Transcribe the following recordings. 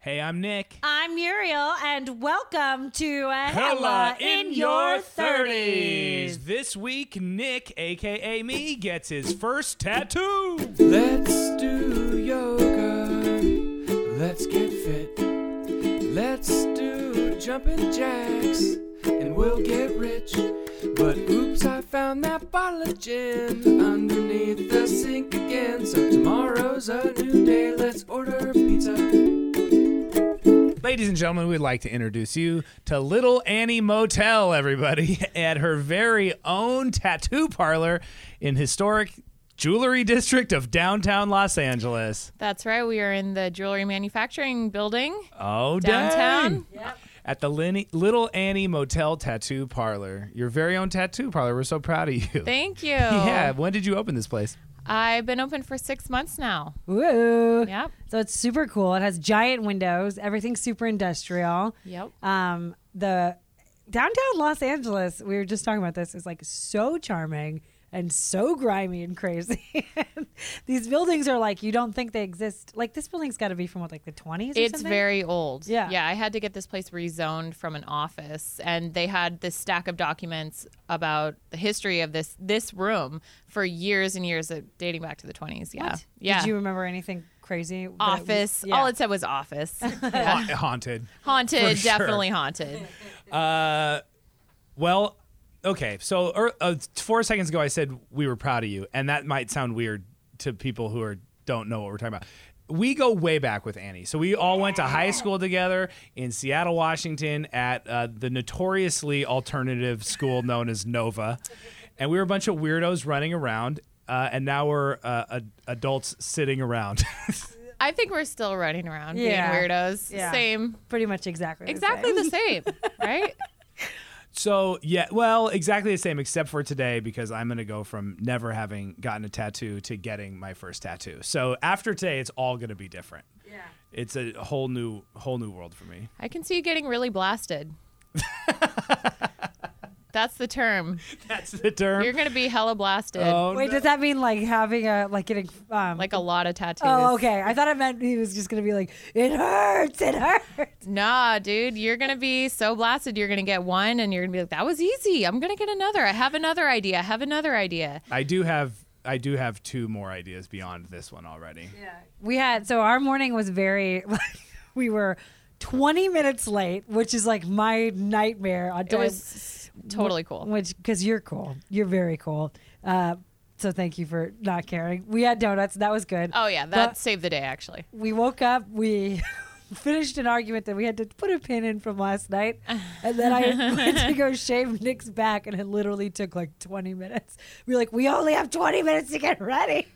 Hey, I'm Nick. I'm Muriel, and welcome to uh, Hella in, Your 30s. This week, Nick, aka me, gets his first tattoo. Let's do yoga. Let's get fit. Let's do jumping jacks and we'll get rich. But oops, I found that bottle of gin underneath the sink again. So tomorrow's a new day. Let's order pizza. Ladies and gentlemen, we'd like to introduce you to Little Annie Motel, everybody, at her very own tattoo parlor in historic jewelry district of downtown Los Angeles. That's right. We are in the jewelry manufacturing building Oh, dang. downtown. At the Lin- Little Annie Motel Tattoo Parlor, your very own tattoo parlor. We're so proud of you. Thank you. yeah, when did you open this place? I've been open for six months now. Woo. Yep. So it's super cool. It has giant windows. Everything's super industrial. Yep. Um, the downtown Los Angeles, we were just talking about this, is like so charming and so grimy and crazy. These buildings are like you don't think they exist. Like this building's got to be from what, like the twenties? It's very old. Yeah. Yeah. I had to get this place rezoned from an office, and they had this stack of documents about the history of this this room for years and years, uh, dating back to the 20s. Yeah. Yeah. Did you remember anything crazy? that it was- office. Yeah. All it said was office. Ha- haunted. haunted. For sure. Definitely haunted. Well, okay. So er, uh, four seconds ago, I said we were proud of you, and that might sound weird to people who are don't know what we're talking about. We go way back with Annie. So we all went to high school together in Seattle, Washington, at uh, the notoriously alternative school known as Nova, and we were a bunch of weirdos running around. Uh, and now we're uh, ad- adults sitting around. I think we're still running around Yeah. being weirdos. Yeah. Same. pretty much exactly the Exactly same. the same, right? So yeah, well, exactly the same except for today because I'm gonna go from never having gotten a tattoo to getting my first tattoo. So after today, it's all gonna be different. Yeah, it's a whole new whole new world for me. I can see you getting really blasted. That's the term. That's the term. You're going to be hella blasted. oh, Wait, no. does that mean like having a like getting um Like a lot of tattoos. Oh, okay. I thought it meant he was just gonna be like, it hurts, it hurts. Nah, dude, you're going to be so blasted. You're going to get one and you're going to be like, that was easy. I'm going to get another. I have another idea. I have another idea. I do have I do have two more ideas beyond this one already. We had so our morning was very. we were twenty minutes late, which is like my nightmare. On It was totally cool. which because you're cool, you're very cool. Uh, so thank you for not caring. We had donuts, that was good. Oh, yeah. That saved the day, actually. we woke up, we finished an argument that we had to put a pin in from last night, and then I went to go shave Nick's back, and it literally took like 20 minutes. We were like, we only have 20 minutes to get ready,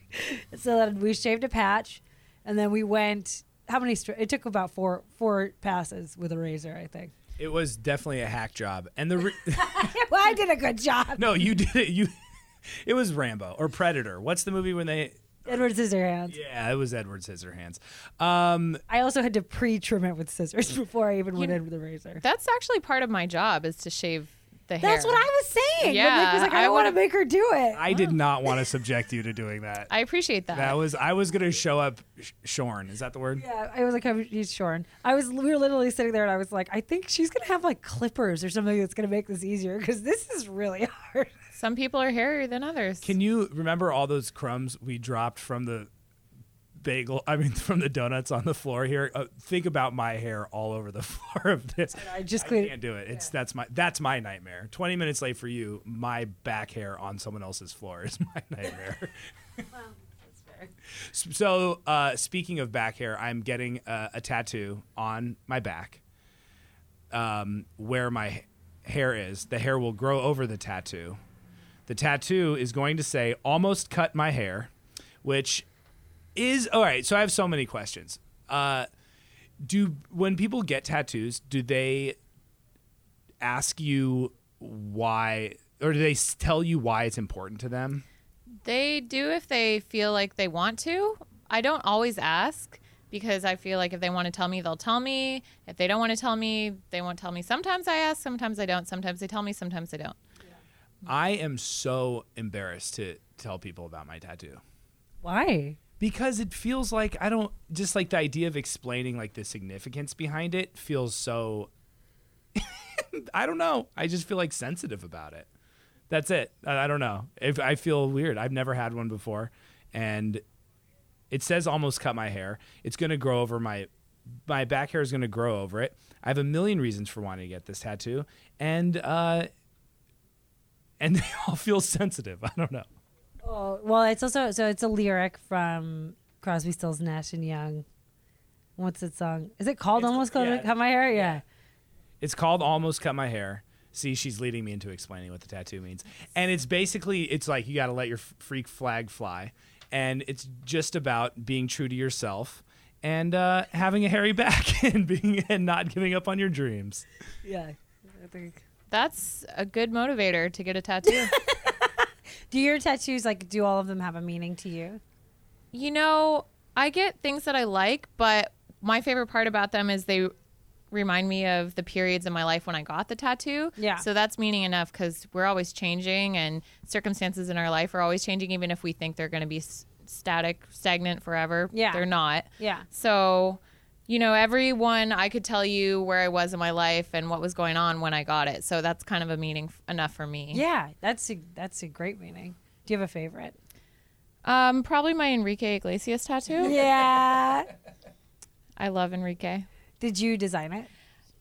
so then we shaved a patch, and then we went. How many? Stri- it took about four four passes with a razor, I think. It was definitely a hack job, and the re- Well, I did a good job. no, you did it. You it was Rambo or Predator. What's the movie when they? Edward Scissorhands. Yeah, it was Edward Scissorhands. Um, I also had to pre-trim it with scissors before I even went in with a razor. That's actually part of my job is to shave the hair. That's what I was saying. Yeah, Nick Yeah, was like, I, I don't want to would've- make her do it. I did not want to subject you to doing that. I appreciate that. That was I was gonna show up sh- shorn. Is that the word? Yeah, I was like, I'm- he's shorn. I was, we were literally sitting there, and I was like, I think she's gonna have like clippers or something that's gonna make this easier because this is really hard. Some people are hairier than others. Can you remember all those crumbs we dropped from the bagel? I mean, from the donuts on the floor here. Uh, think about my hair all over the floor of this. I just I cleaned. can't do it. It's that's my that's my nightmare. Twenty minutes late for you. My back hair on someone else's floor is my nightmare. S- So, uh, speaking of back hair, I'm getting uh, a tattoo on my back, um, where my h- hair is. The hair will grow over the tattoo. The tattoo is going to say "almost cut my hair," which is all right. So I have so many questions. Uh, do when people get tattoos, do they ask you why, or do they s- tell you why it's important to them? They do if they feel like they want to. I don't always ask because I feel like if they want to tell me, they'll tell me. If they don't want to tell me, they won't tell me. Sometimes I ask, sometimes I don't. Sometimes they tell me, sometimes they don't. I am so embarrassed to tell people about my tattoo Why? because it feels like I don't just like the idea of explaining like the significance behind it feels so I don't know. I just feel like sensitive about it. That's it. I, I don't know. If I feel weird. I've never had one before and it says almost cut my hair. It's going to grow over my my back hair is going to grow over it. I have a million reasons for wanting to get this tattoo and uh and they all feel sensitive. I don't know. Oh, well, it's also so it's a lyric from Crosby, Stills, Nash and Young. What's that song? Is it called It's Almost called- Cut yeah. Cut My Hair? Yeah. It's called Almost Cut My Hair. See, she's leading me into explaining what the tattoo means. And it's basically it's like you got to let your f- freak flag fly and it's just about being true to yourself and uh, having a hairy back and being and not giving up on your dreams. Yeah. I think. That's a good motivator to get a tattoo. Do your tattoos like do all of them have a meaning to you? you know, I get things that I like, but my favorite part about them is they remind me of the periods in my life when I got the tattoo. Yeah. So that's meaning enough because we're always changing and circumstances in our life are always changing, even if we think they're going to be s- static, stagnant forever. Yeah. They're not. Yeah. So, you know, everyone I could tell you where I was in my life and what was going on when I got it. So that's kind of a meaning f- enough for me. Yeah, that's a that's a great meaning. Do you have a favorite? Um, probably my Enrique Iglesias tattoo. Yeah. I love Enrique. Did you design it?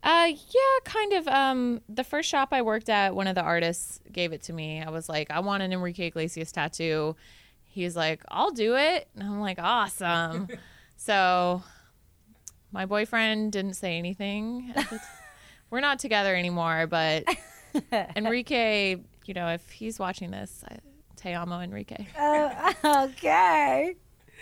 Uh, yeah, kind of. Um, the first shop I worked at, one of the artists gave it to me. I was like, I want an Enrique Iglesias tattoo. He's like, I'll do it. And I'm like, awesome. so my boyfriend didn't say anything. at the t- We're not together anymore, but Enrique, you know, if he's watching this, I, te amo Enrique. Oh, okay.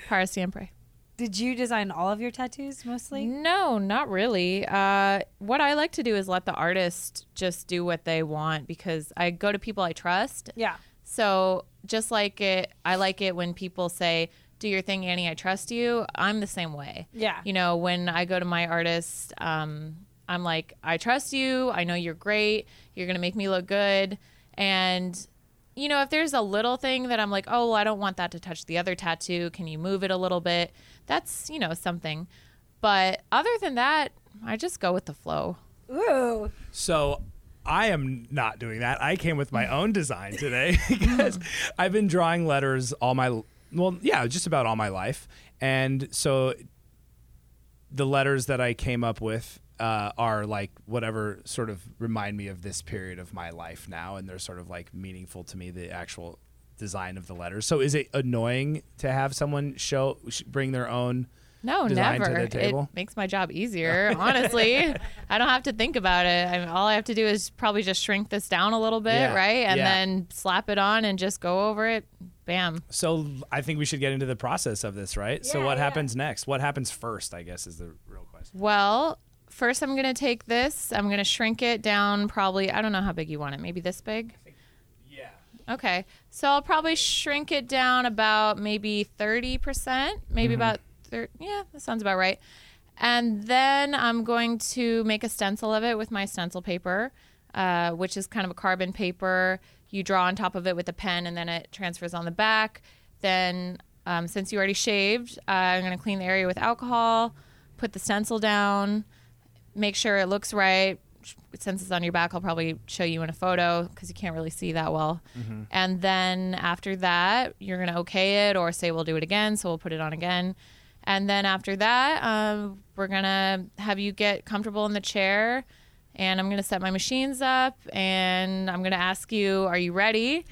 Para siempre. Did you design all of your tattoos mostly? No, not really. Uh, what I like to do is let the artist just do what they want because I go to people I trust. Yeah. So just like it, I like it when people say, "Do your thing, Annie. I trust you." I'm the same way. Yeah. You know, when I go to my artist, um, I'm like, "I trust you. I know you're great. You're gonna make me look good." And you know, if there's a little thing that I'm like, "Oh, well, I don't want that to touch the other tattoo. Can you move it a little bit?" That's you know something. But other than that, I just go with the flow. Ooh. So I am not doing that. I came with my own design today because I've been drawing letters all my well, yeah, just about all my life. And so the letters that I came up with uh, are like whatever sort of remind me of this period of my life now, and they're sort of like meaningful to me. The actual design of the letters. So is it annoying to have someone show sh- bring their own? No, design to never. the table? It makes my job easier, honestly. I don't have to think about it. I mean, all I have to do is probably just shrink this down a little bit, Yeah, right? And yeah. then slap it on and just go over it. Bam. So I think we should get into the process of this, right? so Yeah, what yeah. happens next? What happens first? I guess is the real question. Well, first I'm going to take this. I'm going to shrink it down probably, I don't know how big you want it. Maybe this big? Yeah. Okay. So I'll probably shrink it down about maybe 30%, maybe about thir- yeah, that sounds about right. And then I'm going to make a stencil of it with my stencil paper, uh, which is kind of a carbon paper. You draw on top of it with a pen and then it transfers on the back. Then, um, since you already shaved, uh, I'm going to clean the area with alcohol, put the stencil down, make sure it looks right. Since it's on your back, I'll probably show you in a photo because you can't really see that well. And then after that, you're going to okay it or say we'll do it again. So we'll put it on again. And then after that, um, we're going to have you get comfortable in the chair. And I'm going to set my machines up and I'm going to ask you, are you ready?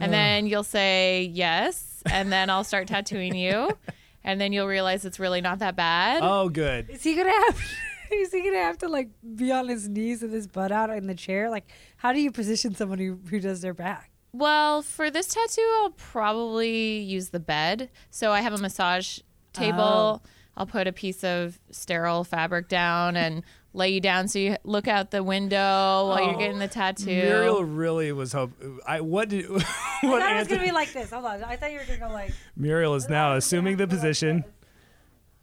and then you'll say yes. And then I'll start tattooing you. And then you'll realize it's really not that bad. Oh, good. Is he gonna have? Is he gonna have to like be on his knees with his butt out in the chair? Like, how do you position someone who, who does their back? Well, for this tattoo, I'll probably use the bed. So I have a massage table. I'll put a piece of sterile fabric down and lay you down so you look out the window while you're getting the tattoo. Muriel really was hope. I what did I what thought it was answer? gonna be like this. Hold on, I thought you were gonna go like. Muriel is now assuming the position.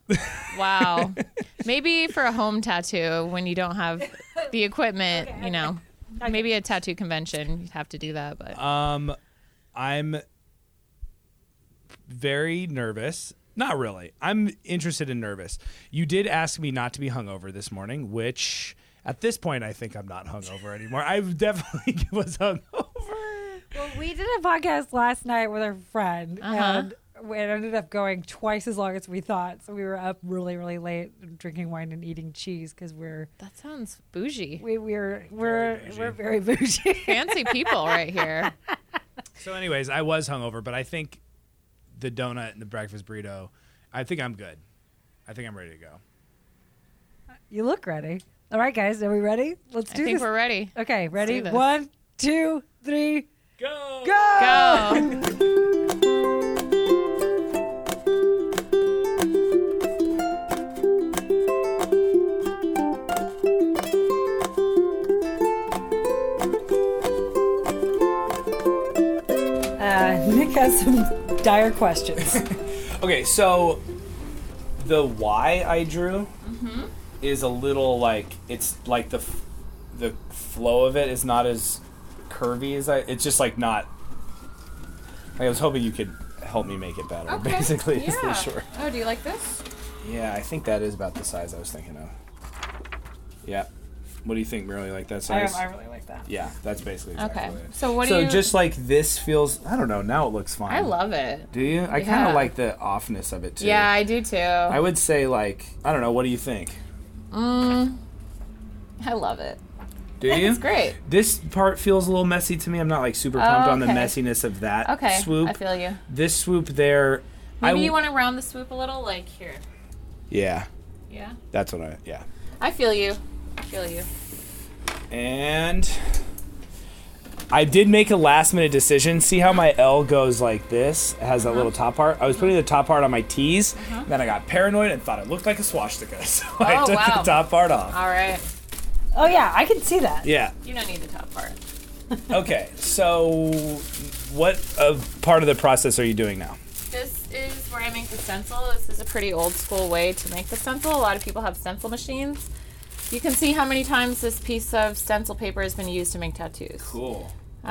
Wow. Maybe for a home tattoo when you don't have the equipment, you know. Maybe a tattoo Uh, convention, you'd have to do that. But Um, I'm very nervous. Not really. I'm interested in nervous. You did ask me not to be hungover this morning, which at this point I think I'm not hungover anymore. I definitely was hungover. Well, we did a podcast last night with our friend, Uh-huh. and we- it ended up going twice as long as we thought. So we were up really, really late, drinking wine and eating cheese because we're That sounds bougie. we we're we're bougie. we're very bougie. Fancy people right here. So, anyways, I was hungover, but I think the donut and the breakfast burrito. I think I'm good. I think I'm ready to go. you look ready. All right, guys, are we ready? Let's I do think this. we're ready. okay, ready? do this. One, two, three, Go. Oh. go! Go. Uh, Nick has some dire questions. Okay, so the Y I drew is a little like it's like the f- the flow of it is not as curvy as I. It's just like not. I was hoping you could help me make it better. Basically, is the short. Oh, do you like this? Yeah, I think that is about the size I was thinking of. Yeah. What do you think, Merely? Like that size? really like that. yeah, that's basically exactly Okay. what it is. So what do so you? just like this feels, I don't know. Now it looks fine. I love it. Do you? I kind Yeah. of like the offness of it too. Yeah, I do too. I would say like I don't know. What do you think? Mm, I love it. Do you? It's great. This part feels a little messy to me. I'm not like super pumped on the okay. messiness of that Okay. swoop. I feel you. this swoop there. I w- Maybe you want to round the swoop a little, like here. Yeah, Yeah. that's what I. Yeah. I feel you. I feel you. And I did make a last minute decision. See how my L goes like this? It has that Uh-huh. little top part. I was putting the top part on my T's, then I got paranoid and thought it looked like a swastika, so I Oh, took wow. Uh-huh. the top part off. All right. Oh yeah, I can see that. Yeah. You don't need the top part. Okay. So, what uh, part of the process are you doing now? This is where I make the stencil. This is a pretty old school way to make the stencil. A lot of people have stencil machines. You can see how many times this piece of stencil paper has been used to make tattoos. Cool. Uh,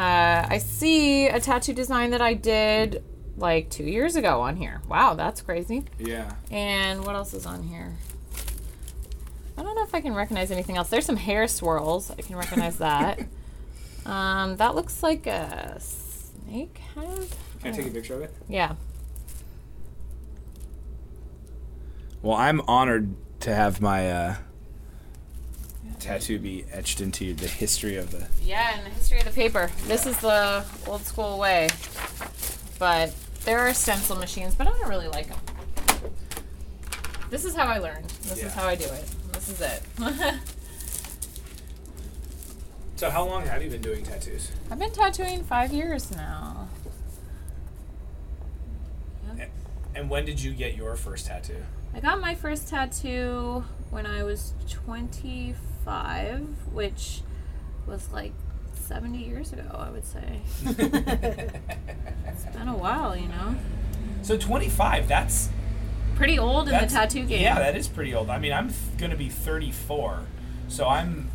I see a tattoo design that I did like two years ago on here. Wow, that's crazy. Yeah. And what else is on here? I don't know if I can recognize anything else. There's some hair swirls. I can recognize that. um, that looks like a snake head. Can I take a picture of it? Yeah. Well, I'm honored to have my uh, tattoo be etched into the history of the. Yeah, in the history of the paper. This is the old school way. But there are stencil machines, but I don't really like them. This is how I learned. This Yeah. is how I do it. This is it. So, how long have you been doing tattoos? I've been tattooing five years now. And when did you get your first tattoo? I got my first tattoo when I was 25, which was like 70 years ago, I would say. it's been a while, you know? So 25. That's Pretty old in that's the tattoo game. Yeah, that is pretty old. I mean, I'm th- gonna be 34, so I'm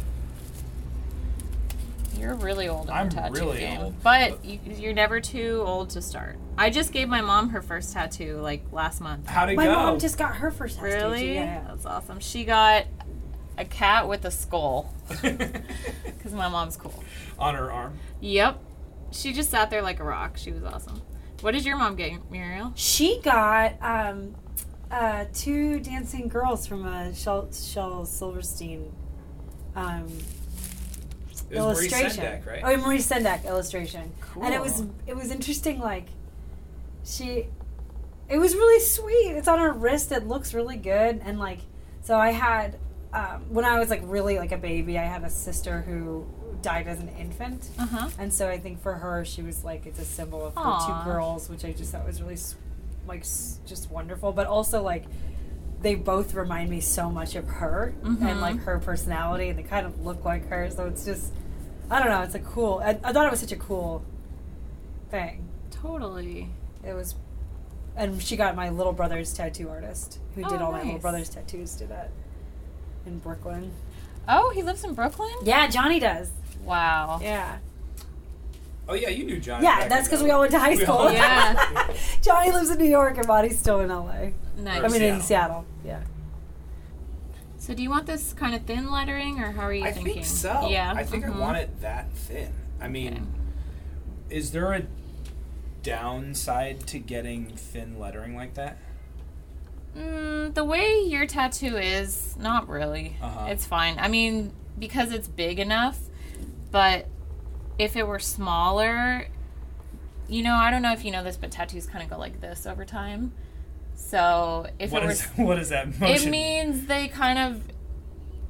You're really old in I'm the tattoo really game, old. but you, you're never too old to start. I just gave my mom her first tattoo like last month. how'd it My go? mom just got her first tattoo, too. Really? Yeah, yeah. That's awesome. She got a cat with a skull because my mom's cool. on her arm. Yep. She just sat there like a rock. She was awesome. What did your mom get, Muriel? She got um, uh, two dancing girls from a Shel, Shel Silverstein um, It was Marie illustration. Sendak, right? Oh, Marie Sendak illustration. And it was Cool. it was interesting. Like she, it was really sweet. It's on her wrist. It looks really good. And like so, I had um, when I was like really like a baby, I had a sister who died as an infant. Uh huh. And so I think for her, she was like, it's a symbol of the Aw. two girls, which I just thought was really, s- like, s- just wonderful. But also, like, they both remind me so much of her and, Mm-hmm. like, her personality, and they kind of look like her. So it's just, I don't know, it's a cool, I, I thought it was such a cool thing. Totally. It was, and she got my little brother's tattoo artist, who did Oh, all my little nice. brother's tattoos, did that in Brooklyn. Oh, he lives in Brooklyn? Yeah, Johnny does. Wow. Yeah. Oh yeah, you knew Johnny. Yeah, that's because we all went to high We school. all- Yeah. Johnny lives in New York and Bonnie's still in LA. nice. I mean, in Seattle. Seattle. Yeah. so do you want this kind of thin lettering, or how are you I thinking? think so. Yeah. I think mhm. I want it that thin. I mean, is there a downside to getting thin lettering like that? Mm, the way your tattoo is, not really. Uh-huh. It's fine. I mean, because it's big enough, but if it were smaller, you know, I don't know if you know this, but tattoos kind of go like this over time. So if What it were, is what is that it motion? means they kind of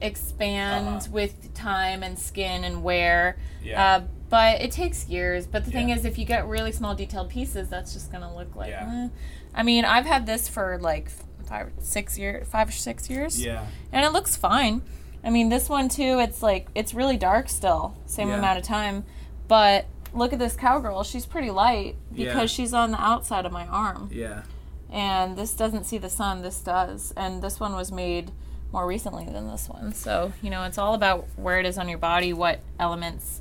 expand Uh-huh. with time and skin and wear. Yeah. Uh, but it takes years. But the thing Yeah. is, if you get really small detailed pieces, that's just gonna look like. Yeah. eh. I mean, I've had this for like f- five, six years, five or six years, yeah. and it looks fine. I mean, this one too. It's like it's really dark still, same Yeah. amount of time, but look at this cowgirl. She's pretty light Yeah. because she's on the outside of my arm Yeah. and this doesn't see the sun this does and this one was made more recently than this one so you know it's all about where it is on your body what elements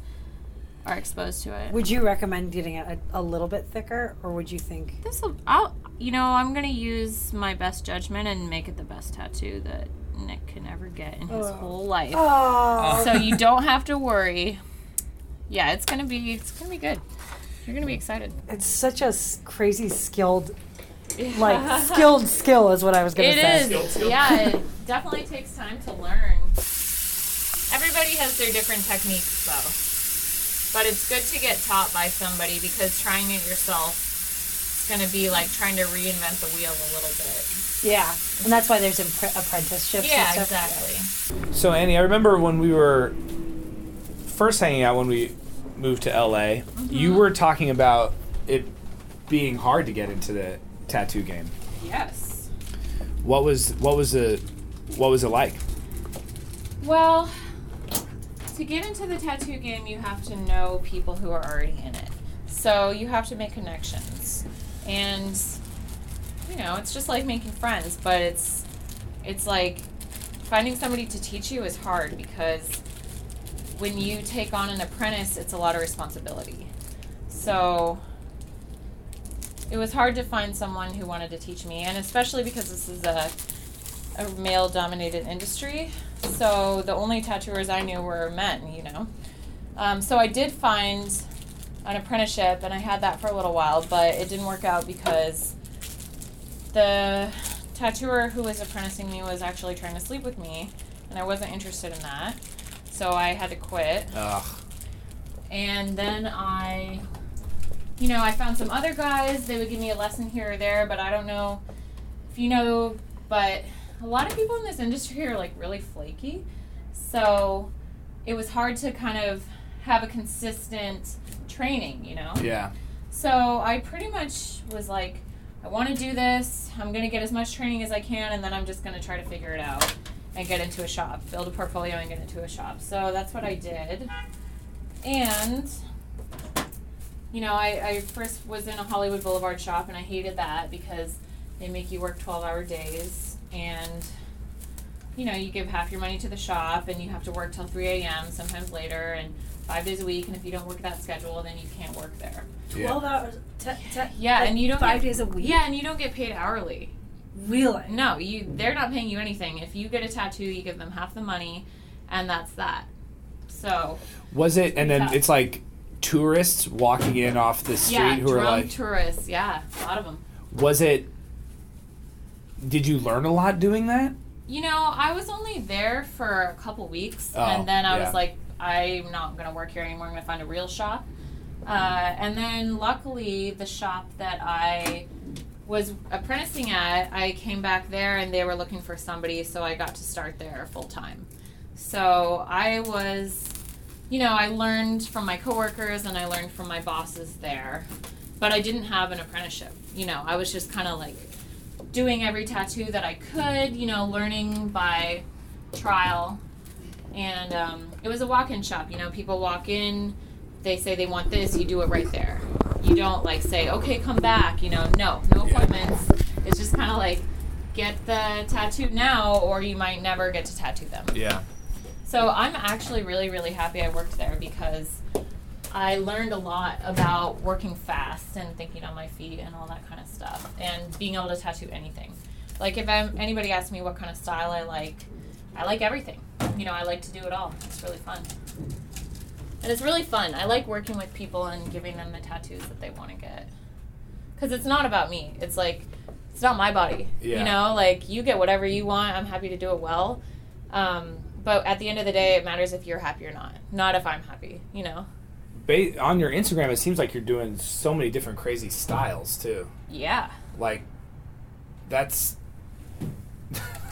are exposed to it Would you recommend getting it a, a little bit thicker, or would you think? this will i'll you know i'm gonna use my best judgment and make it the best tattoo that nick can ever get in his whole life Uh, Oh, so you don't have to worry yeah it's gonna be it's gonna be good you're gonna be excited it's such a s- crazy skilled, like skilled skill is what I was gonna It say. is. Yeah, it definitely takes time to learn. Everybody has their different techniques, though. But it's good to get taught by somebody because trying it yourself is going to be like trying to reinvent the wheel a little bit. Yeah, and that's why there's impre- apprenticeships. and Yeah, stuff. exactly. So Annie, I remember when we were first hanging out when we moved to LA, Mm-hmm. you were talking about it being hard to get into the tattoo game. Yes. What was what was the what was it like? Well, to get into the tattoo game, you have to know people who are already in it. So you have to make connections. And you know, it's just like making friends, but it's it's like finding somebody to teach you is hard because when you take on an apprentice, it's a lot of responsibility. So it was hard to find someone who wanted to teach me, and especially because this is a a male dominated industry. So the only tattooers I knew were men, you know. Um, so I did find an apprenticeship and I had that for a little while, but it didn't work out because the tattooer who was apprenticing me was actually trying to sleep with me, and I wasn't interested in that. So I had to quit. Ugh. And then I, you know, I found some other guys. They would give me a lesson here or there, but I don't know if you know, but a lot of people in this industry are like really flaky. So it was hard to kind of have a consistent training, you know? Yeah. So I pretty much was like, I want to do this. I'm going to get as much training as I can, and then I'm just going to try to figure it out and get into a shop, build a portfolio, and get into a shop. So that's what I did. And, you know, I, I first was in a Hollywood Boulevard shop, and I hated that because they make you work 12 hour days and you know, you give half your money to the shop and you have to work till 3 a.m., sometimes later, and five days a week. And if you don't work that schedule, then you can't work there. Twelve hours. Te- te- Yeah, like and you don't five get- days a week. Yeah, and you don't get paid hourly. really. No, you they're not paying you anything. If you get a tattoo, you give them half the money, and that's that. So Was it? And then Yeah. it's like tourists walking in off the street yeah, who are drunk like, tourists. Yeah, a lot of them. was it? Did you learn a lot doing that? You know, I was only there for a couple weeks, Oh, and then I yeah. was like, I'm not going to work here anymore. I'm going to find a real shop. Uh, and then, luckily, the shop that I was apprenticing at, I came back there, and they were looking for somebody, so I got to start there full time. So I was, you know, I learned from my coworkers and I learned from my bosses there, but I didn't have an apprenticeship. You know, I was just kind of like doing every tattoo that I could, you know, learning by trial. And um, it was a walk in shop. You know, people walk in, they say they want this, you do it right there. You don't like say, okay, come back. You know, no, no appointments. It's just kind of like get the tattoo now, or you might never get to tattoo them. Yeah. So I'm actually really, really happy I worked there because I learned a lot about working fast and thinking on my feet and all that kind of stuff and being able to tattoo anything. Like if I'm, anybody asks me what kind of style I like, I like everything. You know, I like to do it all. It's really fun. And it's really fun. I like working with people and giving them the tattoos that they want to get. Cuz it's not about me. It's like it's not my body. Yeah. You know, like you get whatever you want. I'm happy to do it well. Um, but at the end of the day, it matters if you're happy or not, not if I'm happy, you know? Ba- on your Instagram, it seems like you're doing so many different crazy styles too. Yeah. Like, that's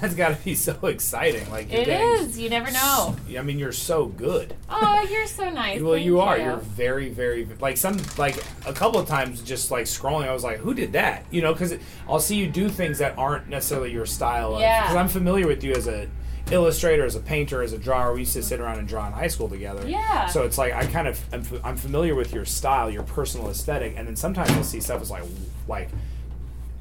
that's got to be so exciting. Like you're It getting- is. You never know. I mean, you're so good. Oh, you're so nice. Well, Thank you are. You're very, very like some like a couple of times just like scrolling. I was like, who did that? You know, because I'll see you do things that aren't necessarily your style. Yeah. Because I'm familiar with you as a illustrator, as a painter, as a drawer. We used to sit around and draw in high school together. Yeah. So it's like I kind of I'm, f- I'm familiar with your style, your personal aesthetic, and then sometimes I'll see stuff as like like.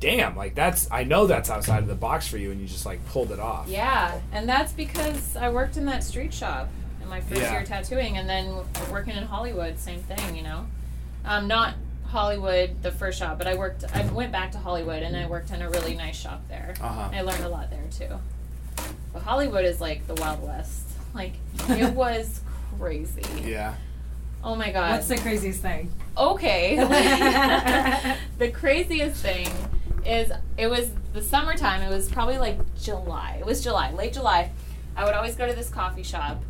Damn, like that's I know that's outside of the box for you, and you just like pulled it off. Yeah, and that's because I worked in that street shop in my first Yeah. year tattooing, and then working in Hollywood, same thing, you know. Um, not Hollywood, the first shop, but I worked. I went back to Hollywood, and I worked in a really nice shop there. Uh-huh. I learned a lot there too. But Hollywood is like the Wild West. Like it was crazy. Yeah. Oh my God. What's the craziest thing? okay. the craziest thing is it was the summertime. It was probably like July. It was July, late July. I would always go to this coffee shop,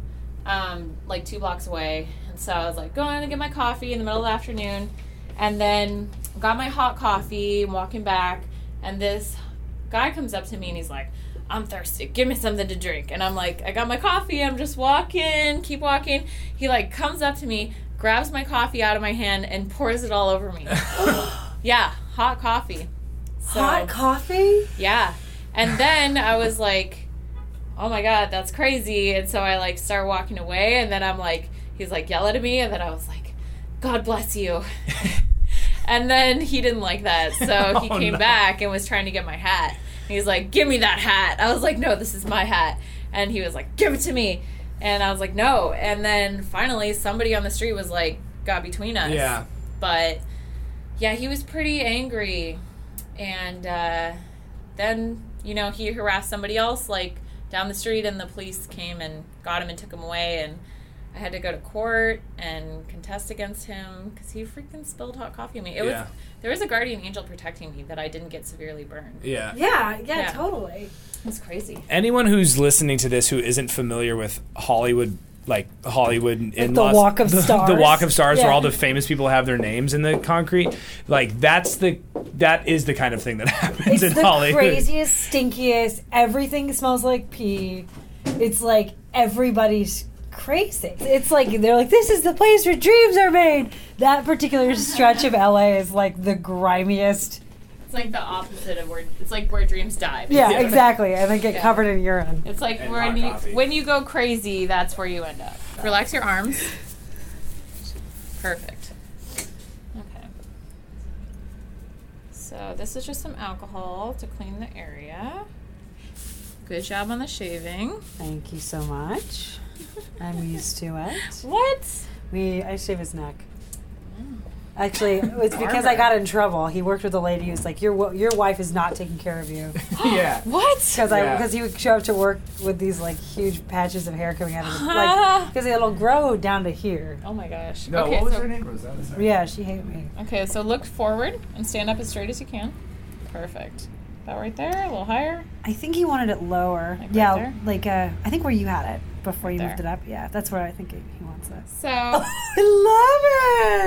um, like two blocks away. And so I was like going to get my coffee in the middle of the afternoon, and then got my hot coffee. i walking back, and this guy comes up to me and he's like. I'm thirsty. Give me something to drink. And I'm like, I got my coffee. I'm just walking, keep walking. He like comes up to me, grabs my coffee out of my hand, and pours it all over me. Yeah, hot coffee. So, Hot coffee? Yeah. And then I was like, oh my God, that's crazy. And so I like start walking away. And then I'm like, he's like yelling at me. And then I was like, God bless you. and then he didn't like that. So he Oh, came no. back and was trying to get my hat. And he's like, give me that hat. I was like, no, this is my hat. And he was like, give it to me. And I was like, no. And then finally, somebody on the street was like, got between us Yeah. but yeah, he was pretty angry, and uh, then you know he harassed somebody else like down the street, and the police came and got him and took him away, and I had to go to court and contest against him because he freaking spilled hot coffee on me. It Yeah. was there was a guardian angel protecting me that I didn't get severely burned. Yeah. Yeah, yeah, Yeah. totally. It was crazy. anyone who's listening to this who isn't familiar with Hollywood, like Hollywood in the Los- Walk of the, Stars? the Walk of Stars, Yeah. where all the famous people have their names in the concrete. Like that's the that is the kind of thing that happens It's in the Hollywood. craziest, stinkiest. Everything smells like pee. It's like everybody's crazy. It's like they're like, this is the place where dreams are made. That particular stretch of LA is like the grimiest. It's like the opposite of where it's like where dreams die. Yeah, Yeah. exactly. And they get Yeah. covered in urine. It's like And hot when you coffee. when you go crazy, that's where you end up. Relax your arms. Perfect. Okay. So this is just some alcohol to clean the area. Good job on the shaving. Thank you so much. I'm used to it. Mm. What? We I shave his neck. Actually, it's because I got in trouble. He worked with a lady who's like, your wo- your wife is not taking care of you. yeah. What? because I Yeah. because he would show up to work with these like huge patches of hair coming out of his like because it'll grow down to here. Oh my gosh. No, okay, what was so her name? Rosetta. Sorry. Yeah, she hated me. okay, so look forward and stand up as straight as you can. Perfect. That right there, a little higher. I think he wanted it lower. Like right yeah, there? like uh, I think where you had it before you Right moved it there. up. Yeah, that's where I think it, he wants it. So I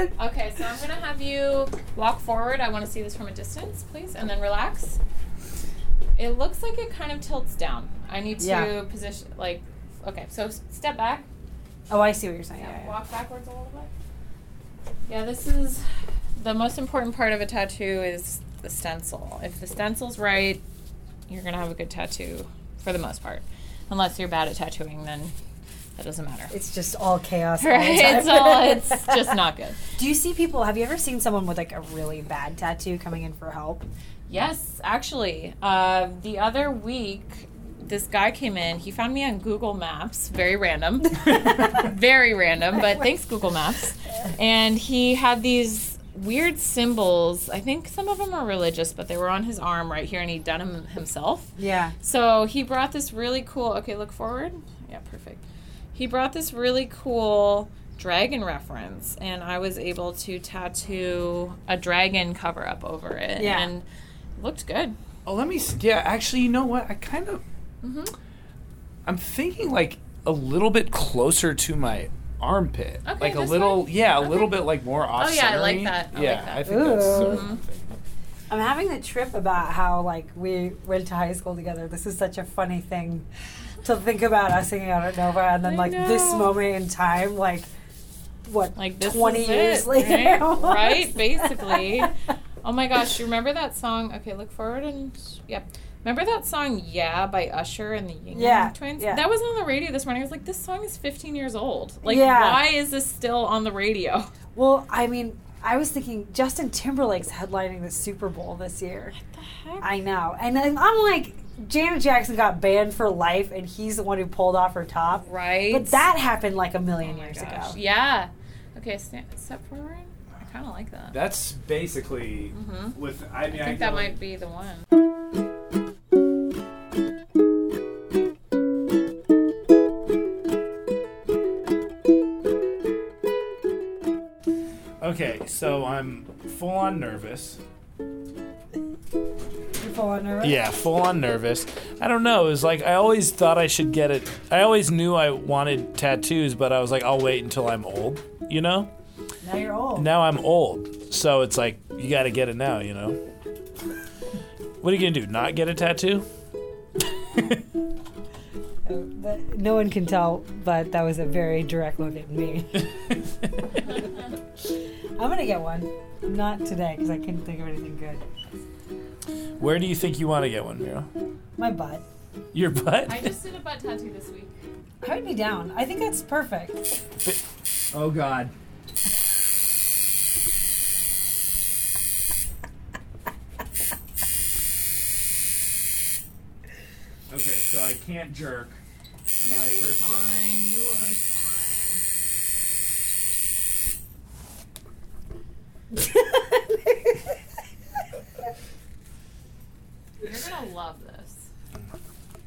love it. Okay, so I'm gonna have you walk forward. I want to see this from a distance, please, and then relax. It looks like it kind of tilts down. I need to Yeah. position like. Okay, so s- step back. Oh, I see what you're saying. Yeah, Yeah, yeah. walk backwards a little bit. Yeah, this is the most important part of a tattoo is the stencil. If the stencil's right, you're gonna have a good tattoo for the most part. Unless you're bad at tattooing, then that doesn't matter. It's just all chaos. all the Right? time. It's all. It's just not good. Do you see people? Have you ever seen someone with like a really bad tattoo coming in for help? Yes, actually. Uh, the other week, this guy came in. He found me on Google Maps. Very random. very random, but thanks, Google Maps. and he had these weird symbols. I think some of them are religious, but they were on his arm right here, and he'd done them himself. Yeah. So he brought this really cool. Okay, look forward. Yeah, perfect. He brought this really cool dragon reference, and I was able to tattoo a dragon cover up over it. Yeah. And it looked good. Oh, let me. s- Yeah, actually, you know what? I kind of. Mm-hmm. I'm thinking like a little bit closer to my armpit, Okay, like a this little, way? yeah, a Okay. Oh, little bit like more off. yeah, I like that. I like yeah, that. Mm-hmm. I think that's. Ooh. uh, I'm having the trip about how like we went to high school together. This is such a funny thing to think about us hanging out at Nova and then I like this know. moment in time, like what, Like this 20 is years it, later, right? almost. Right? Basically. Oh my gosh, you remember that song? Okay, look forward and yep. Remember that song "Yeah" by Usher and the Ying Yeah, Twins? yeah. That was on the radio this morning. I was like, "This song is 15 years old. Like, Yeah. why is this still on the radio?" well, I mean, I was thinking Justin Timberlake's headlining the Super Bowl this year. I know, and then I'm like, Janet Jackson got banned for life, and he's the one who pulled off her top. Right? But that happened like a Oh million my years gosh. ago. Yeah. Okay, stand, step forward. I kind of like that. That's basically with. I mean, Mm-hmm. I think that might be the one. Okay, so I'm full on nervous. You're full on nervous? Yeah, full on nervous. I don't know. It was like I always thought I should get it. I always knew I wanted tattoos, but I was like, I'll wait until I'm old. You know. Now you're old. Now I'm old, so it's like you got to get it now. You know. What are you gonna do? Not get a tattoo? But no one can tell, but that was a very direct look at me. I'm gonna get one. Not today because I couldn't think of anything good. Where do you think you want to get one, Mira? My butt. Your butt? I just did a butt tattoo this week. I would be down. I think that's perfect. Oh God. okay, so I can't jerk when I first do it. You will be fine. You're gonna love this.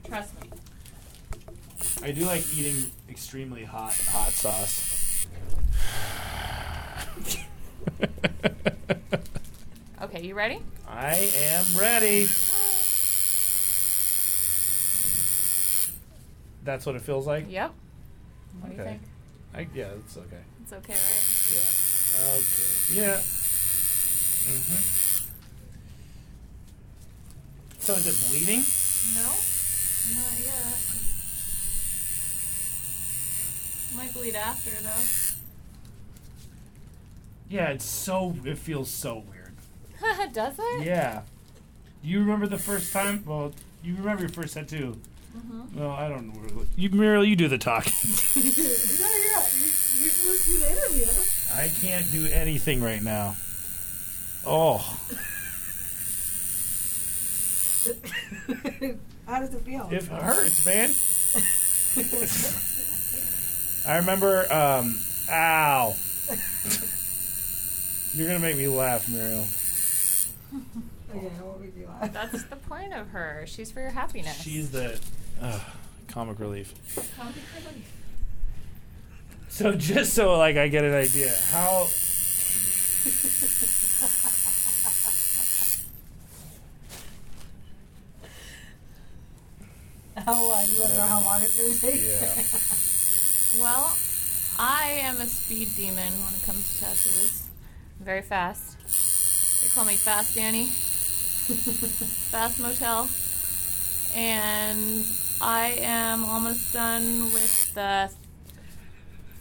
Trust me. I do like eating extremely hot hot sauce. Okay, you ready? I am ready. That's what it feels like. Yep. What do you Okay. think? I, yeah, it's okay. It's okay, right? Yeah. Okay. Yeah. Mhm. So is it bleeding? No, not yet. Might bleed after though. Yeah, it's so. It feels so weird. Does it? Yeah. Do you remember the first time? Well, you remember your first tattoo. Mhm. Well, I don't know. You, Muriel, you do the talking. Yeah, yeah. You're supposed to do the interview. I can't do anything right now. Oh, How does it feel? it hurts, man. I remember. Um, ow. You're gonna make me laugh, Muriel. Okay, what would you like? That's the point of her. She's for your happiness. She's the uh, comic relief. So just so like I get an idea, how How long? You wanna know how long it's gonna take? yeah. Well, I am a speed demon when it comes to tattoos. I'm very fast. They call me Fast Danny, Fast Motel. And I am almost done with the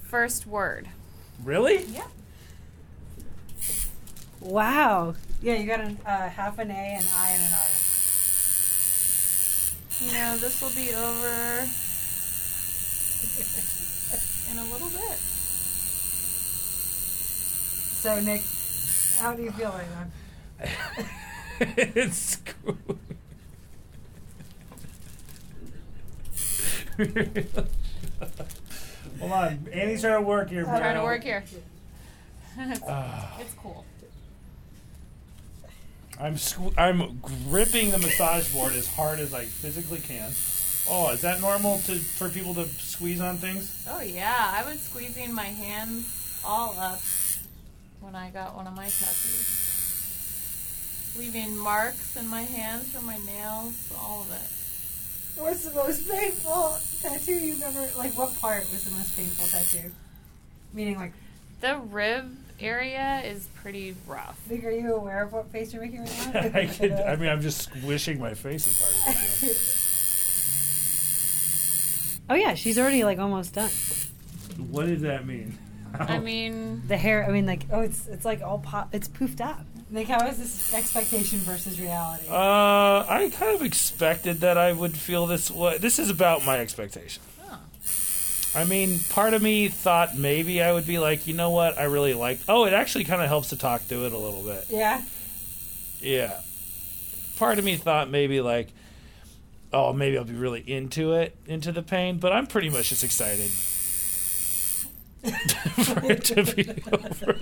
first word. Really? Yeah. Wow. Yeah, you got an, uh, half an A, an I, and an R. You know, this will be over in a little bit. So Nick, how do you feel right now? it's cool. Hold on, Annie's trying to work here. Trying to Muriel. work here. It's cool. I'm squ- I'm gripping the massage board as hard as I physically can. Oh, is that normal to for people to squeeze on things? Oh yeah, I was squeezing my hands all up when I got one of my tattoos, leaving marks in my hands from my nails, all of it. What's the most painful tattoo you've ever like? What part was the most painful tattoo? Meaning, like, The rib area is pretty rough. Vic, are you aware of what face you're making right now? I could. I mean, I'm just squishing my face as hard as I can. oh yeah, she's already like almost done. What did that mean? I Oh. mean, The hair, I mean, like, oh, it's it's like all pop, it's poofed up. Like, how is this expectation versus reality? Uh, I kind of expected that I would feel this way. This is about my expectation. oh, I mean, part of me thought maybe I would be like, you know what, I really like. Oh, it actually kind of helps to talk through it a little bit. yeah, Yeah. Part of me thought maybe like, oh, maybe I'll be really into it, into the pain, but I'm pretty much just excited for it to be over.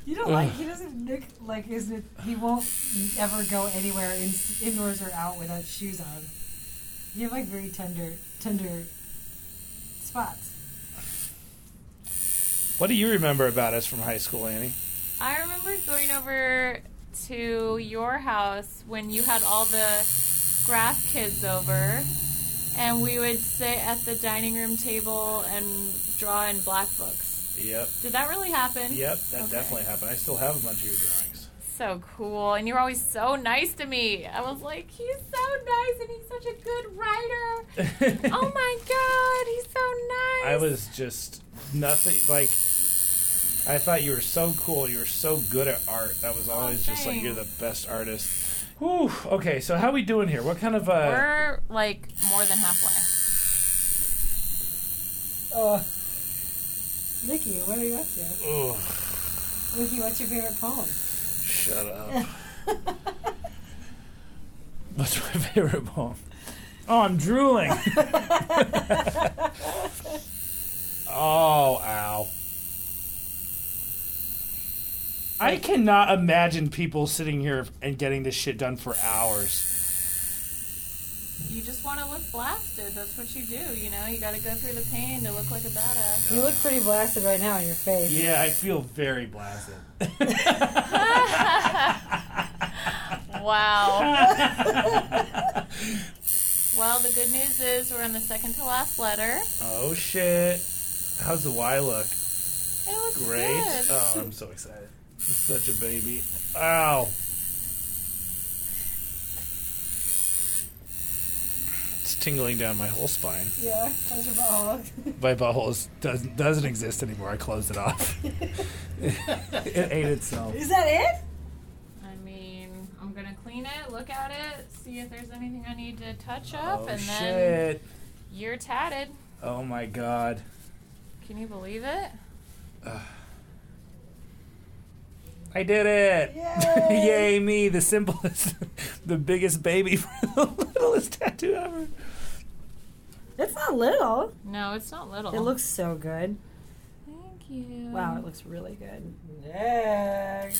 you don't like. He doesn't. Nick like isn't. It, he won't ever go anywhere in, indoors or out without shoes on. You have like very tender, tender spots. What do you remember about us from high school, Annie? I remember going over to your house when you had all the graph kids over, and we would sit at the dining room table and draw in black books. Yep. Did that really happen? Yep, that Okay. definitely happened. I still have a bunch of your drawings. So cool. And you were always so nice to me. I was like, he's so nice and he's such a good writer. oh my God, he's so nice. I was just nothing like. I thought you were so cool. You were so good at art. That was always just like you're the best artist. Whew. Okay, so how we doing here? What kind of uh? We're like more than halfway. Oh, Nikki, what are you up to? Ugh, Nikki, what's your favorite poem? shut up. What's my favorite poem? Oh, I'm drooling. oh, ow. I cannot imagine people sitting here and getting this shit done for hours. You just want to look blasted. That's what you do, you know? You got to go through the pain to look like a badass. You look pretty blasted right now on your face. Yeah, I feel very blasted. Wow. well, the good news is we're on the second to last letter. Oh shit! How's the Y look? It looks Great. good. Oh, I'm so excited. I'm such a baby. Ow. It's tingling down my whole spine. Yeah, how's your butthole? My butthole is, does, doesn't exist anymore. I closed it off. it ate itself. Is that it? I mean, I'm going to clean it, look at it, see if there's anything I need to touch up, Oh and then shit! you're tatted. Oh my god. Can you believe it? I did it! Yay. Yay me! The simplest, the biggest baby for the littlest tattoo ever. It's not little. No, it's not little. It looks so good. Thank you. Wow, it looks really good. Yeah.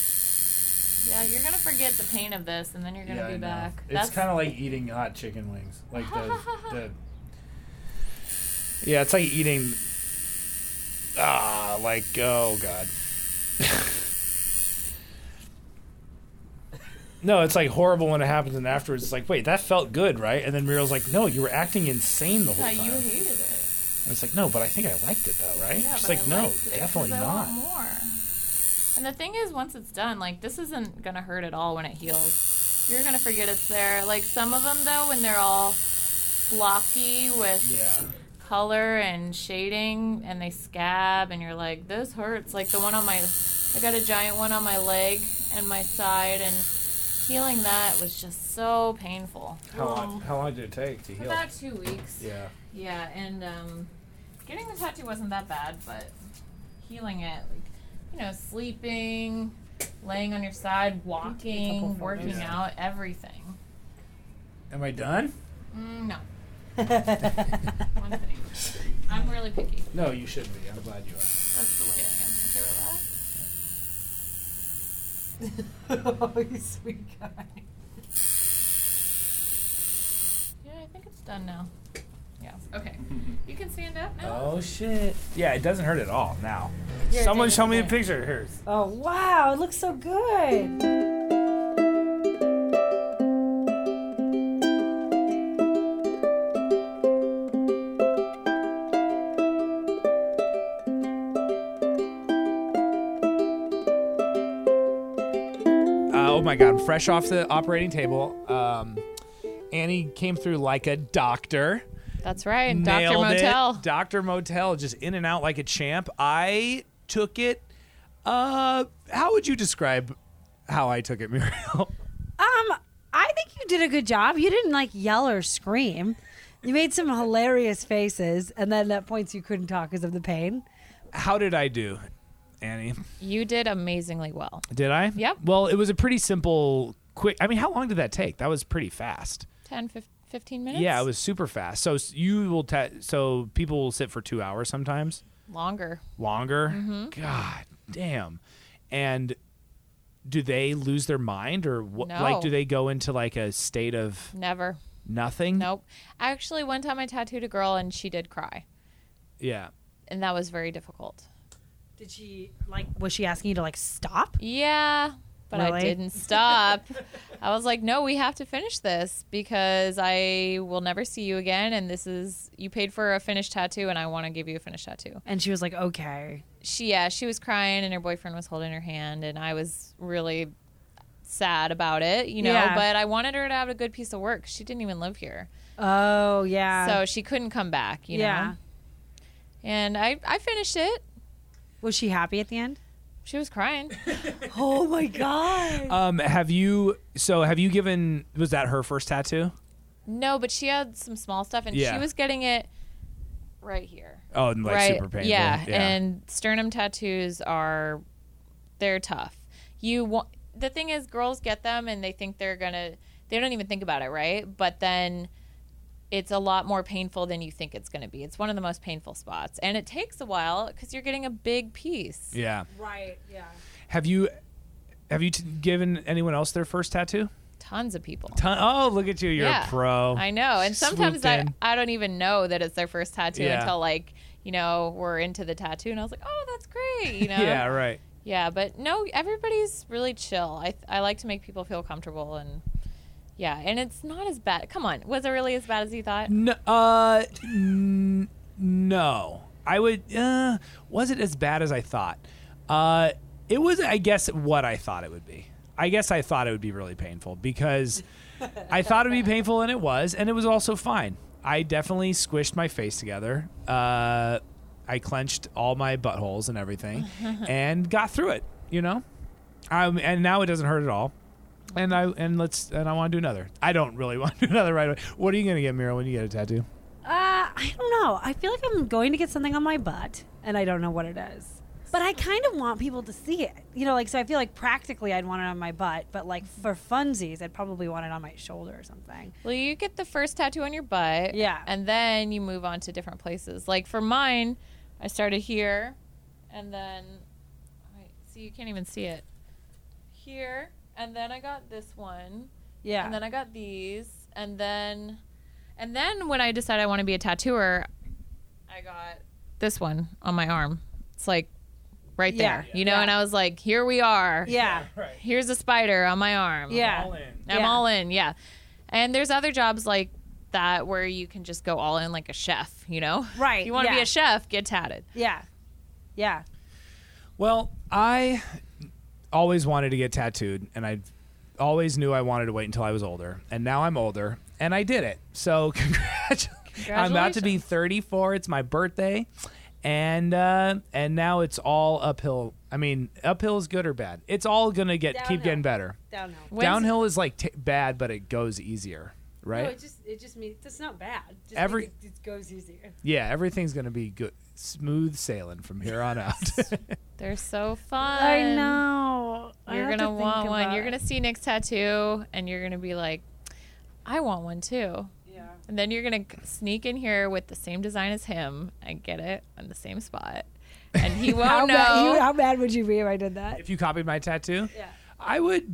Yeah, you're gonna forget the pain of this, and then you're gonna I be know. back. It's kind of like eating hot chicken wings. Like the, the Yeah, it's like eating ah, like oh god. no, it's like horrible when it happens and afterwards it's like, "Wait, that felt good, right?" And then Muriel's like, "No, you were acting insane the whole Yeah, time." you hated it. And it's like, "No, but I think I liked it though, right?" Yeah, She's but I like, "No, liked it 'cause definitely I not." want more. And the thing is, once it's done, like this isn't gonna hurt at all when it heals. You're gonna forget it's there. Like some of them, though, when they're all blocky with Yeah. color and shading and they scab and you're like this hurts like the one on my i got a giant one on my leg and my side and healing that was just so painful How long how long did it take to heal? about two weeks Yeah. yeah and um, getting the tattoo wasn't that bad but healing it like you know sleeping laying on your side walking working photos. out everything Am I done? mm, no That's one thing I'm really picky. No, you should be. I'm glad you are. That's the way I am. Did you realize? oh, you sweet guy. Yeah, I think it's done now. Yeah. Okay. You can stand up now. Oh shit! Yeah, it doesn't hurt at all now. You're Someone doing show me a good. picture. Here. Oh wow, it looks so good. Uh, oh my God! Fresh off the operating table, um, Annie came through like a doctor. That's right. Dr. Nailed it. Motel. Doctor Motel, just in and out like a champ. I took it. Uh, how would you describe how I took it, Muriel? Um, I think you did a good job. You didn't like yell or scream. You made some hilarious faces, and then at points you couldn't talk because of the pain. how did I do, Annie? You did amazingly well. Did I? Yep. Well, it was a pretty simple, quick. I mean, how long did that take? That was pretty fast. 10, fif- 15 minutes? Yeah, it was super fast. So s- you will ta- so people will sit for 2 hours sometimes, longer. longer. Mm-hmm. God damn. And do they lose their mind or what like No. do they go into like a state of Never. nothing? Nope. Actually, one time I tattooed a girl and she did cry, Yeah. and that was very difficult. Did she like? Was she asking you to like stop? Yeah, but I Really? didn't stop. I was like, no, we have to finish this because I will never see you again. And this is, you paid for a finished tattoo, and I want to give you a finished tattoo. And she was like, "Okay." She, yeah, she was crying, and her boyfriend was holding her hand, and I was really sad about it, you know, Yeah. but I wanted her to have a good piece of work. She didn't even live here. Oh yeah. so she couldn't come back, you yeah. know? And I, I finished it. Was she happy at the end? She was crying. Oh my god. Um have you so have you given was that her first tattoo? No, but she had some small stuff, and Yeah. she was getting it right here. Oh, and like right? super painful. Yeah. and sternum tattoos are they're tough. You want the thing is, girls get them and they think they're gonna. They don't even think about it, right? But then it's a lot more painful than you think it's gonna be. It's one of the most painful spots, and it takes a while because you're getting a big piece. yeah. Right. Yeah. Have you have you t- given anyone else their first tattoo? Tons of people. Ton- oh, look at you! You're Yeah, a pro. I know. And sometimes Swooped I, Oh, in. I don't even know that it's their first tattoo Yeah. until like, you know, we're into the tattoo and I was like, "Oh, that's great." You know. Yeah, right. Yeah, but no, everybody's really chill. I I like to make people feel comfortable and yeah, and it's not as bad. Come on. Was it really as bad as you thought? No, uh, n- no. I would. Uh, was it as bad as I thought? Uh, it was, I guess, what I thought it would be. I guess I thought it would be really painful because I thought it would be painful, and it was, and it was also fine. I definitely squished my face together. Uh, I clenched all my buttholes and everything, and got through it. You know, um, and now it doesn't hurt at all. And I and let's and I want to do another. I don't really want to do another right away. What are you gonna get, Mira, when you get a tattoo? Uh, I don't know. I feel like I'm going to get something on my butt, and I don't know what it is. But I kind of want people to see it, you know. Like, so I feel like practically I'd want it on my butt, but like for funsies, I'd probably want it on my shoulder or something. Well, you get the first tattoo on your butt. Yeah. And then you move on to different places. Like for mine, I started here and then wait, see you can't even see it. Here and then I got this one. Yeah. And then I got these and then and then when I decided I want to be a tattooer, I got this one on my arm. It's like right Yeah. there. You know, Yeah. and I was like, here we are. yeah. Right. Here's a spider on my arm. Yeah. I'm Yeah. all in, yeah. And there's other jobs like that where you can just go all in like a chef, you know? Right, If you want to yeah. be a chef, get tatted. Yeah. Yeah. Well, I always wanted to get tattooed, and I always knew I wanted to wait until I was older. And now I'm older, and I did it. So congratulations! I'm about to be 34. It's my birthday, and uh, and now it's all uphill. I mean, uphill is good or bad. It's all gonna get keep Downhill. getting better. Downhill. When's- Downhill is like t- bad, but it goes easier, right? just it just means that's not bad. Just Every- it, it goes easier. Yeah, everything's gonna be good, smooth sailing from here on out. They're so fun. I know. I Um, You're have going to think want one. about You're it. going to see Nick's tattoo and you're going to be like, I want one too. Yeah. And then you're gonna c- sneak in here with the same design as him and get it on the same spot, and he How, won't mad, you, know. how mad would you be if I did that? If you copied my tattoo, Yeah. I would.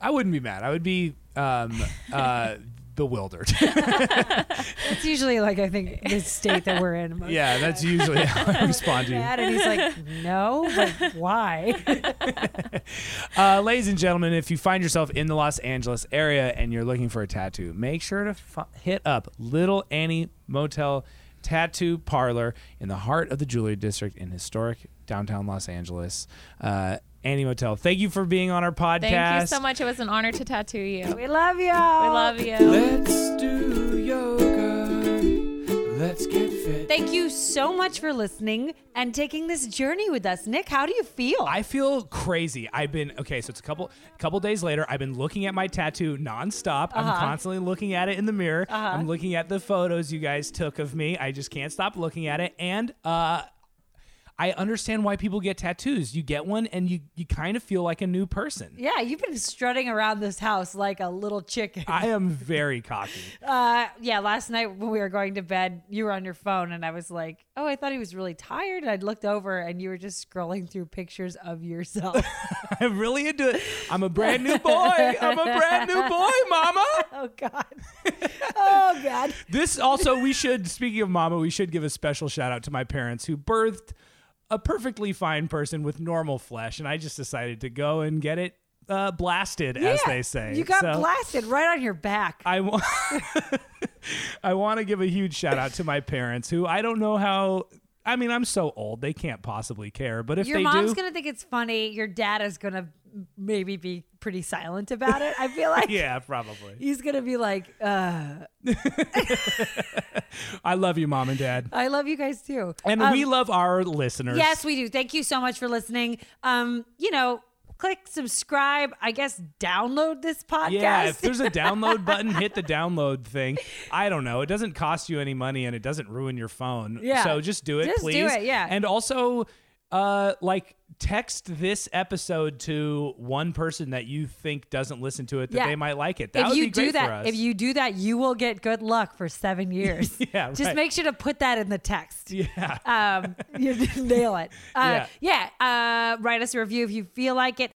I wouldn't be mad. I would be um, uh, bewildered. It's usually like I think the state that we're in. most yeah, that's usually how I respond to you. Mad, and he's like, no, but why? Uh, ladies and gentlemen, if you find yourself in the Los Angeles area and you're looking for a tattoo, make sure to f- hit up Little Annie Motel Tattoo Parlor in the heart of the Jewelry District in historic downtown Los Angeles. Uh, Annie Motel, thank you for being on our podcast. Thank you so much. It was an honor to tattoo you. We We love y'all. love you. Let's do yoga. Let's get fit. Thank you so much for listening and taking this journey with us. Nick, how do you feel? I feel crazy. I've been okay, so it's a couple couple days later. I've been looking at my tattoo nonstop. I'm constantly looking at it in the mirror. I'm looking at the photos you guys took of me. I just can't stop looking at it. And uh I understand why people get tattoos. You get one and you you kind of feel like a new person. yeah, you've been strutting around this house like a little chicken. I am very cocky. Uh, yeah, last night when we were going to bed, you were on your phone, and I was like, "Oh, I thought he was really tired." And I looked over, and you were just scrolling through pictures of yourself. I'm really into it. I'm a brand new boy. I'm a brand new boy, mama. oh God! Oh God! This also, we should, speaking of mama, we should give a special shout out to my parents who birthed a perfectly fine person with normal flesh. And I just decided to go and get it uh, blasted, as Yeah, they say. you got So Uh, blasted right on your back. I want. I want to give a huge shout out to my parents who I don't know how I mean I'm so old they can't possibly care but if your they mom's do gonna think it's funny. Your dad is gonna maybe be pretty silent about it. I feel like yeah probably he's gonna be like, uh, I love you mom and dad "I love you guys too." and Um, we love our listeners Yes, we do. Thank you so much for listening. Um, you know, click subscribe. I guess download this podcast. Yeah, if there's a download button, hit the download thing. I don't know. It doesn't cost you any money and it doesn't ruin your phone. Yeah. So just do it, Just do please. it, yeah. And also, uh, like text this episode to one person that you think doesn't listen to it that Yeah. they might like it. That if would you be do great that, for us. if you do that, you will get good luck for seven years. Yeah, Just right. make sure to put that in the text. yeah. Um, you did nail it. Uh, yeah. Uh, write us a review if you feel like it.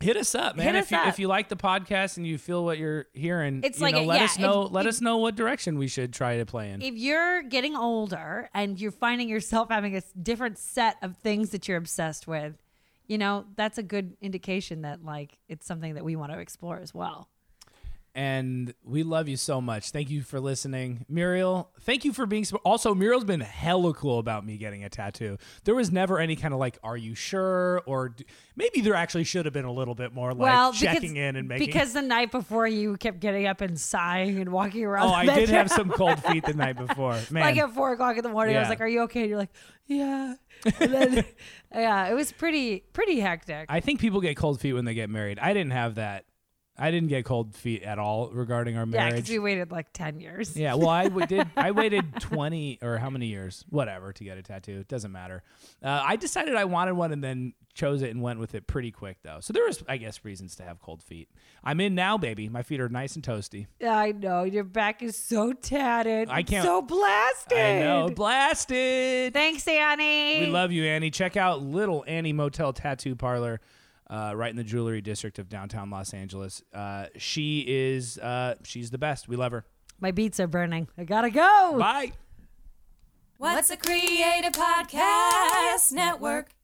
Hit us up, man. Hit if us you up. if you like the podcast and you feel what you're hearing, It's you like know, a- let yeah, us know if- let if- us know what direction we should try to play in. If you're getting older and you're finding yourself having a s- different set of things that you're obsessed with, you know, that's a good indication that like it's something that we want to explore as well. and we love you so much. Thank you for listening, Muriel. Thank you for being sp- also. Muriel's been hella cool about me getting a tattoo. There was never any kind of like, "Are you sure?" or d- maybe there actually should have been a little bit more like well, checking because, in and making. because the night before you kept getting up and sighing and walking around. oh, the I did bedroom. have some cold feet the night before, man. like at four o'clock in the morning. I was Yeah. like, "Are you okay?" And you're like, "Yeah." And then, yeah, it was pretty pretty hectic. I think people get cold feet when they get married. I didn't have that. I didn't get cold feet at all regarding our yeah, marriage. because we waited like ten years. Yeah, well, I w- did. I waited twenty or how many years, whatever, to get a tattoo. It doesn't matter. Uh, I decided I wanted one and then chose it and went with it pretty quick though. So there was, I guess, reasons to have cold feet. I'm in now, baby. My feet are nice and toasty. I know your back is so tatted. I It's can't- So blasted. I know, blasted. Thanks, Annie. We love you, Annie. Check out Little Annie Motel Tattoo Parlor. Uh, right in the jewelry district of downtown Los Angeles. Uh, she is, uh, she's the best. We love her. My beats are burning. I gotta go. Bye. What's a Creative Podcast Network?